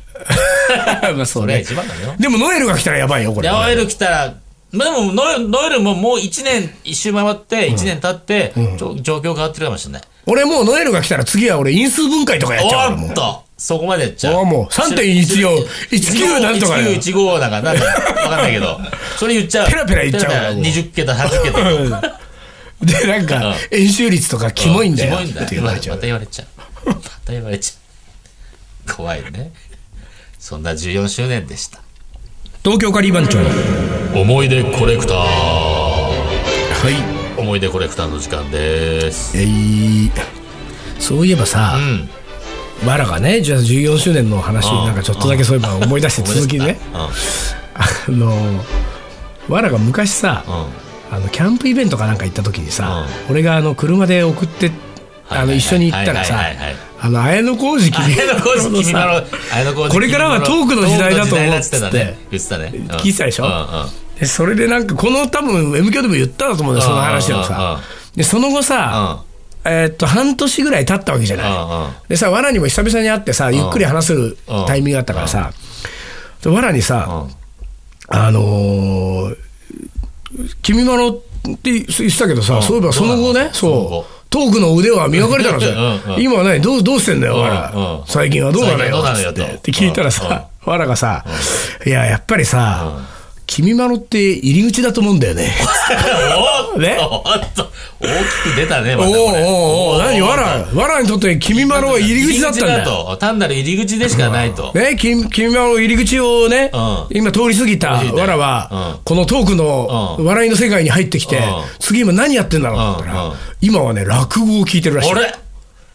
Speaker 1: まあそ
Speaker 2: こ
Speaker 1: う
Speaker 2: れが
Speaker 1: ね
Speaker 2: 一番だよ。
Speaker 1: でもノエルが来たらやばいよこれ
Speaker 2: で、ノエル来たら、まあ、でもノエル、ノエルももう一年、一周回って、一年経って、ちょ状況変わってるかもしれない。
Speaker 1: 俺もうノエルが来たら次は俺因数分解とかやっちゃうから
Speaker 2: お
Speaker 1: もう
Speaker 2: ーっとそこまでやっちゃう。
Speaker 1: あもう3.14 19なんとかよ
Speaker 2: 1915なんか、なんか、わかんないけど、それ言っちゃう。
Speaker 1: ペラペラ言っちゃう
Speaker 2: ペラペラ20桁、80桁。
Speaker 1: でなんか円周率とかキモいんだよ
Speaker 2: キモいんだ
Speaker 1: って言われちゃ
Speaker 2: ま
Speaker 1: う
Speaker 2: た言われちゃう。また言われちゃう。怖いね。そんな14周年でした。
Speaker 1: 東京カリー番長は
Speaker 2: 思い出コレクター。
Speaker 1: い
Speaker 2: 思い出コレクターの時間です。
Speaker 1: えいそういえば
Speaker 2: う
Speaker 1: さ、
Speaker 2: ん。
Speaker 1: わらがね、じゃあ14周年の話、
Speaker 2: うん
Speaker 1: なんかちょっとだけそういえば思い出して続きね、あの、わらが昔さ、
Speaker 2: うん。うん。
Speaker 1: あのキャンプイベントかなんか行った時にさ、俺があの車で送って、あの一緒に行ったらさ
Speaker 2: はいはいはいはい、
Speaker 1: あの綾小路きみ
Speaker 2: 綾小路君まろ、綾小路君まろ
Speaker 1: これからはトークの時代だと思うっつっ
Speaker 2: ト
Speaker 1: て
Speaker 2: ークの時代だっつってたね。言ってたね。うん
Speaker 1: 聞いてたでしょ
Speaker 2: うんうん。
Speaker 1: でそれでなんかこの多分 M 響でも言ったんだと思うんだよその話を
Speaker 2: うんうんうん
Speaker 1: さでその後さ、えーっと半年ぐらい経ったわけじゃない、
Speaker 2: うんうん
Speaker 1: でさわらにも久々に会ってさゆっくり話せるタイミングだったからさ、でわらにさ、あのー「君まろ」って言ってたけどさ、そういえばその後ね
Speaker 2: そうなの
Speaker 1: そうトークの腕は磨かれたのじ
Speaker 2: うん
Speaker 1: ゃ
Speaker 2: うん
Speaker 1: 今はねどうどうしてんだよ、わら、
Speaker 2: うんうん
Speaker 1: 最近はどうなの
Speaker 2: 最近
Speaker 1: よ
Speaker 2: はどうなの
Speaker 1: つっ
Speaker 2: よ
Speaker 1: て
Speaker 2: と
Speaker 1: って聞いたらさ、わらがさ、いややっぱりさ、君まろって入り口だと思うんだよね。
Speaker 2: おーっと、
Speaker 1: ね
Speaker 2: おーっと、大きく出たね、
Speaker 1: お
Speaker 2: ま
Speaker 1: う
Speaker 2: たこれ
Speaker 1: おうおう何わら、わらにとって君まろは入り口だったんだ
Speaker 2: 入り
Speaker 1: よ。
Speaker 2: 口と単なる入り口でしかないと。
Speaker 1: ね、君、君まろ入り口をね、
Speaker 2: うん
Speaker 1: 今通り過ぎた
Speaker 2: 通り過ぎた
Speaker 1: わらは、
Speaker 2: うん
Speaker 1: このトークの
Speaker 2: うん
Speaker 1: 笑いの世界に入ってきて、
Speaker 2: うん
Speaker 1: 次今何やってんだろうと思ったら、
Speaker 2: うんうん
Speaker 1: 今はね、落語を聞いてるらしい。
Speaker 2: あれ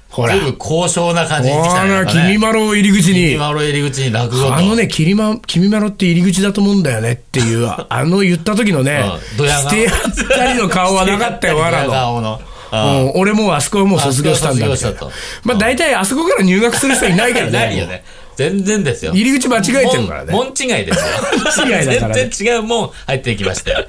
Speaker 1: ほら。
Speaker 2: 随分高尚な感じにしてきた
Speaker 1: ほ
Speaker 2: ね。な
Speaker 1: ら、
Speaker 2: んかね
Speaker 1: 君まろを入り口に
Speaker 2: 君。まろ入り口に落語と。
Speaker 1: あのね、きりま、君まろって入り口だと思うんだよねって いう、ああの言った時のね
Speaker 2: うん、ドヤ
Speaker 1: し
Speaker 2: 顔
Speaker 1: てやったりの顔はなかった よ、わら
Speaker 2: ド
Speaker 1: の
Speaker 2: ヤ。顔の。うん
Speaker 1: うん、俺もうあそこはもう卒業したんだみたい
Speaker 2: あ
Speaker 1: な
Speaker 2: そこは卒業した
Speaker 1: まあ大体あそこから入学する人いないからね。
Speaker 2: ないよね。全然ですよ。
Speaker 1: 入り口間違えてるからね
Speaker 2: 門門違いですよ。
Speaker 1: 門違いだからね
Speaker 2: 全然違う門入っていきましたよ。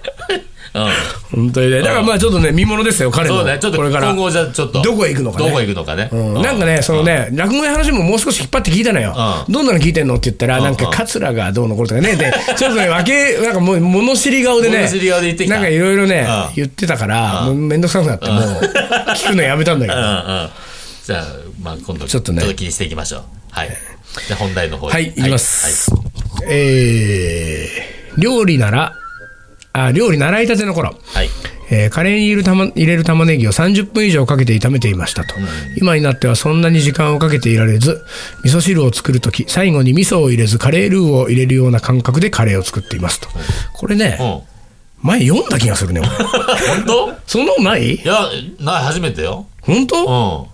Speaker 2: うん。
Speaker 1: 本当にね。だからまあちょっとね、見ものですよ、彼
Speaker 2: そ
Speaker 1: の。
Speaker 2: うね。ちょっと
Speaker 1: これから。
Speaker 2: 今後じゃあちょっと。
Speaker 1: どこへ行くのかね
Speaker 2: どこへ行くのかね。
Speaker 1: うんなんかね、そのね、落語の話ももう少し引っ張って聞いたのよ。
Speaker 2: う
Speaker 1: どんなの聞いてんのって言ったら、なんか、桂がどうのこうのとかね、で、ちょっとね、わけ、 なんかもう、物知り顔でね、
Speaker 2: 物知り顔で言ってきた
Speaker 1: なんかいろいろね
Speaker 2: うん、
Speaker 1: 言ってたから、もうめんどくさくなって、もう、聞くのやめたんだけ
Speaker 2: うん
Speaker 1: ど。
Speaker 2: うん。じゃあ、まあ今度、
Speaker 1: ちょっとね
Speaker 2: 気にしていきましょう。はい。じゃあ本題の方へ
Speaker 1: はい、いきます。えー、料理なら、あ、料理習いたての頃。
Speaker 2: はい。
Speaker 1: えーカレーに入れる玉入れる玉ねぎを30分以上かけて炒めていましたと、今になってはそんなに時間をかけていられず味噌汁を作る時最後に味噌を入れずカレールーを入れるような感覚でカレーを作っていますと、これね、
Speaker 2: はい
Speaker 1: 前読んだ気がするね 俺
Speaker 2: うん。本当
Speaker 1: そんなのない
Speaker 2: いや、ない、初めてよ。
Speaker 1: 本
Speaker 2: う
Speaker 1: 当、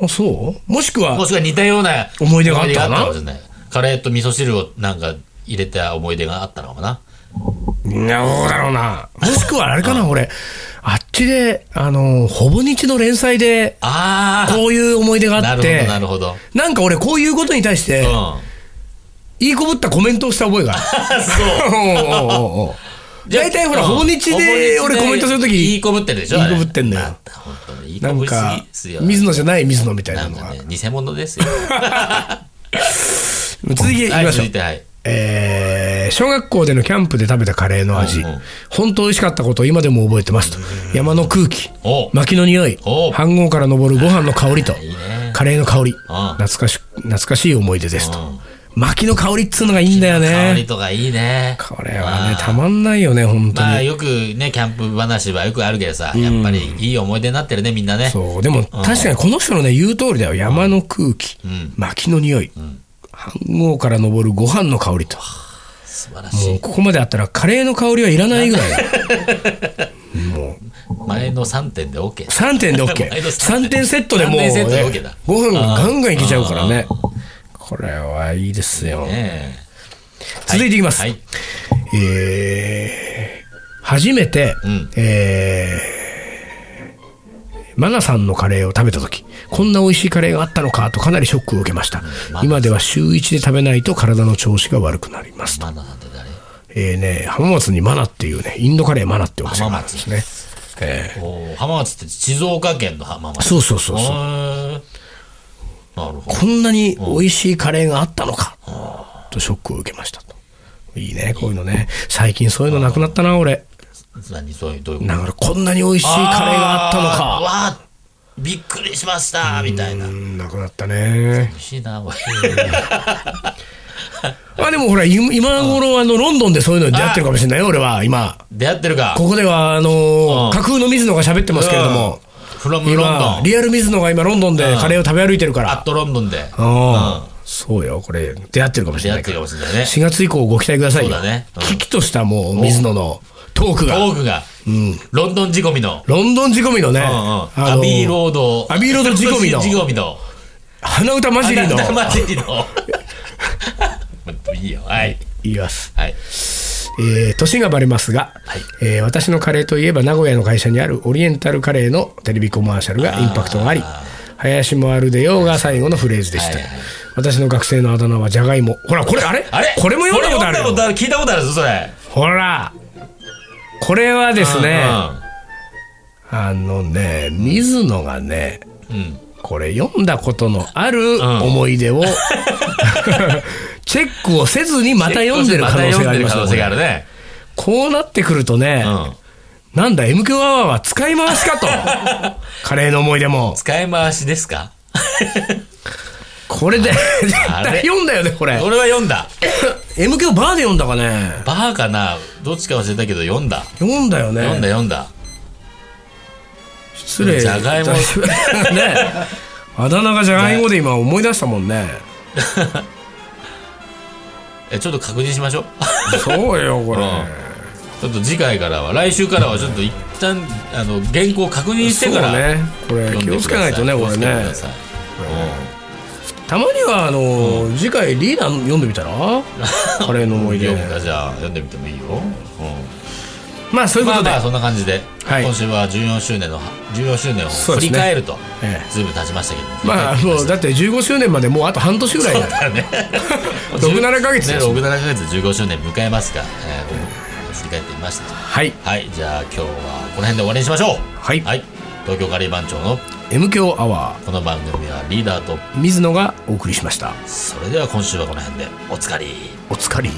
Speaker 2: ん。
Speaker 1: あそうもしく
Speaker 2: も
Speaker 1: は
Speaker 2: しくは似たような
Speaker 1: 思い出があったかな
Speaker 2: 思い出があったかもしれないカレーと味噌汁をなんか入れた思い出があったのかな。
Speaker 1: いやどうだろうなもしくはあれかな俺あっちであのほぼ日の連載で
Speaker 2: ああ。
Speaker 1: こういう思い出が
Speaker 2: な
Speaker 1: あ
Speaker 2: る
Speaker 1: っ
Speaker 2: ほど、
Speaker 1: て
Speaker 2: なるほど。
Speaker 1: なんか俺こういうことに対して、
Speaker 2: うん。
Speaker 1: いいこぶったコメントをした覚えがある
Speaker 2: そう。
Speaker 1: おうおうおうおう大体ほら、
Speaker 2: うん
Speaker 1: 訪日で俺コメントすると
Speaker 2: いい
Speaker 1: き、
Speaker 2: こぶってるでしょ
Speaker 1: いいこぶってんだよ
Speaker 2: あれまた本当にいい
Speaker 1: な
Speaker 2: こぶ
Speaker 1: ん
Speaker 2: りすぎ
Speaker 1: か
Speaker 2: っす、よ。
Speaker 1: 水野じゃない水野みたい
Speaker 2: な
Speaker 1: なんの
Speaker 2: か
Speaker 1: が。
Speaker 2: ね、偽物ですよ。
Speaker 1: 続きいき
Speaker 2: はい、
Speaker 1: ましょ
Speaker 2: 続
Speaker 1: う
Speaker 2: い。て、はい。
Speaker 1: えー小学校でのキャンプで食べたカレーの味
Speaker 2: うんうん、
Speaker 1: 本当美味しかったことを今でも覚えてますと。山の空気
Speaker 2: お、
Speaker 1: 薪の匂い
Speaker 2: お、
Speaker 1: 飯盒から昇るご飯の香りと
Speaker 2: いいね、
Speaker 1: カレーの香り、
Speaker 2: ん
Speaker 1: 懐かし、懐かしい思い出ですと。薪の香りっつうのがいいんだよ
Speaker 2: 香り
Speaker 1: ね。
Speaker 2: とかいいね。
Speaker 1: これはね、たまんないよね、本当
Speaker 2: まあ
Speaker 1: に。
Speaker 2: よくね、キャンプ話はよくあるけどさ、やっぱりいい思い出になってるね、みんなね。
Speaker 1: そう。でも、確かにこの人のね、言う通りだよ。山の空気、薪の匂い、飯号から昇るご飯の香りと。
Speaker 2: 素晴ら
Speaker 1: も
Speaker 2: し
Speaker 1: うここまであったらカレーの香りはいらないぐらいだよ。
Speaker 2: い。前の3点で OK。
Speaker 1: 3点で OK。
Speaker 2: 毎度
Speaker 1: 3
Speaker 2: 三点
Speaker 1: 点セットでもう、
Speaker 2: 三
Speaker 1: ね
Speaker 2: 点セットで OK だ、
Speaker 1: ご飯がガンガンいけちゃうからね。これはいいですよ。
Speaker 2: ね
Speaker 1: 続いていきます。
Speaker 2: はい。
Speaker 1: えー初めて、
Speaker 2: ん
Speaker 1: えーマナさんのカレーを食べた時こんな美味しいカレーがあったのかとかなりショックを受けました、今では週1で食べないと体の調子が悪くなりますと、
Speaker 2: マナなんて誰
Speaker 1: えーね浜松にマナっていうねインドカレーマナってお店があるんですね、え
Speaker 2: おー浜松って静岡県の浜
Speaker 1: ー
Speaker 2: 松。
Speaker 1: そうそうそう
Speaker 2: へ
Speaker 1: そう
Speaker 2: ーなるほど。
Speaker 1: こんなに美味しいカレーがあったのか、とショックを受けましたといいねこういうのね最近そういうのなくなったな俺
Speaker 2: 何そういう、どういうこと
Speaker 1: だからこんなに美味しいカレーがあったのか
Speaker 2: あーわあびっくりしましたみたいな。
Speaker 1: う
Speaker 2: 美
Speaker 1: ん、なくなったね。
Speaker 2: 味しいな、おい
Speaker 1: あ、でもほら、い今頃、あの、ロンドンでそういうのに出会ってるかもしれないよ、俺は、今。
Speaker 2: 出会ってるか。
Speaker 1: ここでは、あ
Speaker 2: うん
Speaker 1: のー、架空の水野が喋ってますけれども、
Speaker 2: フロムロンド
Speaker 1: 今
Speaker 2: ン、。
Speaker 1: リアル水野が今、ロンドンでカレーを食べ歩いてるか
Speaker 2: アッ
Speaker 1: ら。
Speaker 2: トロンドンで。
Speaker 1: うんそうよ、これ、出会ってるかもし
Speaker 2: 出
Speaker 1: れな
Speaker 2: 会っ
Speaker 1: い
Speaker 2: て
Speaker 1: か
Speaker 2: る
Speaker 1: ら。
Speaker 2: かもしれないね。
Speaker 1: 4月以降ご期待くださいよ。
Speaker 2: そうだねうん
Speaker 1: 危機としたもう、水野のトーク
Speaker 2: ト
Speaker 1: が。
Speaker 2: ークが、ロンドン仕込みの、
Speaker 1: ロンドン仕込みのね、
Speaker 2: うんうん
Speaker 1: あの
Speaker 2: アビーロード、
Speaker 1: アビーロード仕込みの
Speaker 2: 仕込みの、
Speaker 1: 鼻歌混じりの、
Speaker 2: あなた混じりの。もっといいよ。はい。
Speaker 1: 言います。
Speaker 2: はい。
Speaker 1: えー年がバレますが、
Speaker 2: はい
Speaker 1: えー私のカレーといえば名古屋の会社にあるオリエンタルカレーのテレビコマーシャルがインパクトがあり林もあるでようが最後のフレーズでした、
Speaker 2: はいはい
Speaker 1: 私の学生のあだ名はじゃがいもほらこれあれ
Speaker 2: あれ
Speaker 1: これも読んだことあるよ
Speaker 2: これ読んだことある聞いたことあるぞ、それ。
Speaker 1: ほらこれはですね、
Speaker 2: う
Speaker 1: あのね水野がね
Speaker 2: んうん。うん
Speaker 1: これ読んだことのある
Speaker 2: ん
Speaker 1: 思い 出を、チェックをせずにまた読んでる可能性があります
Speaker 2: また読んでる可
Speaker 1: よ
Speaker 2: 能
Speaker 1: こ
Speaker 2: 性があ
Speaker 1: れ
Speaker 2: るね。
Speaker 1: こうなってくるとね、
Speaker 2: うん。
Speaker 1: なんだ、MQ アワーは使い回し かと。カレーの思い出も。
Speaker 2: 使い回しですか
Speaker 1: これで、絶
Speaker 2: あ
Speaker 1: 対
Speaker 2: れ
Speaker 1: 読んだよね、これ。
Speaker 2: 俺は読んだ。
Speaker 1: MQ バーで読んだかね。
Speaker 2: バーかなどっちか忘れたけど読んだ。
Speaker 1: 読んだよね。
Speaker 2: 読んだ読んだ。
Speaker 1: 失礼。
Speaker 2: じゃがい も
Speaker 1: ね。あだ名がじゃがいもで今思い出したもんね。
Speaker 2: え、ちょっと確認しましょう。
Speaker 1: そうよ、これ。
Speaker 2: ちょっと次回からは、来週からはちょっと一旦、あの、原稿を確認して
Speaker 1: そう
Speaker 2: から。
Speaker 1: ね。これ、
Speaker 2: 読ん
Speaker 1: 気
Speaker 2: でください。
Speaker 1: をつけないとね、これ
Speaker 2: 気を
Speaker 1: ね
Speaker 2: つけ。て
Speaker 1: たまには、あの、次回リーダー読んでみたら カレーの思い
Speaker 2: ください。うん。
Speaker 1: 出。
Speaker 2: 読むか、じゃあ、読んでみてもいいよ。うん。
Speaker 1: まあ、そういうこ
Speaker 2: まあ
Speaker 1: とで
Speaker 2: まあ、。そんな感じで、
Speaker 1: はい
Speaker 2: 今週は14周年の、14周年を
Speaker 1: そうで
Speaker 2: 振
Speaker 1: すね
Speaker 2: り返ると、
Speaker 1: え
Speaker 2: ずいぶん経ちましたけど。
Speaker 1: まあ、
Speaker 2: 振り返ってみ
Speaker 1: も
Speaker 2: し
Speaker 1: う、
Speaker 2: た
Speaker 1: だって15周年までもうあと半年ぐらいだ よ。
Speaker 2: ね。
Speaker 1: 6 7ヶ月
Speaker 2: ね、
Speaker 1: で
Speaker 2: 6、
Speaker 1: す
Speaker 2: 7ヶ月で15周年迎えますが、えー振り返ってみました。
Speaker 1: はい。
Speaker 2: はい、じゃあ今日はこの辺で終わりにしましょう。
Speaker 1: はい
Speaker 2: 東京カリー番長の
Speaker 1: M 強アワ
Speaker 2: この番組はリーダーと、
Speaker 1: ー水野がお送りしました
Speaker 2: それでは今週はこの辺でおつかり。
Speaker 1: お疲れ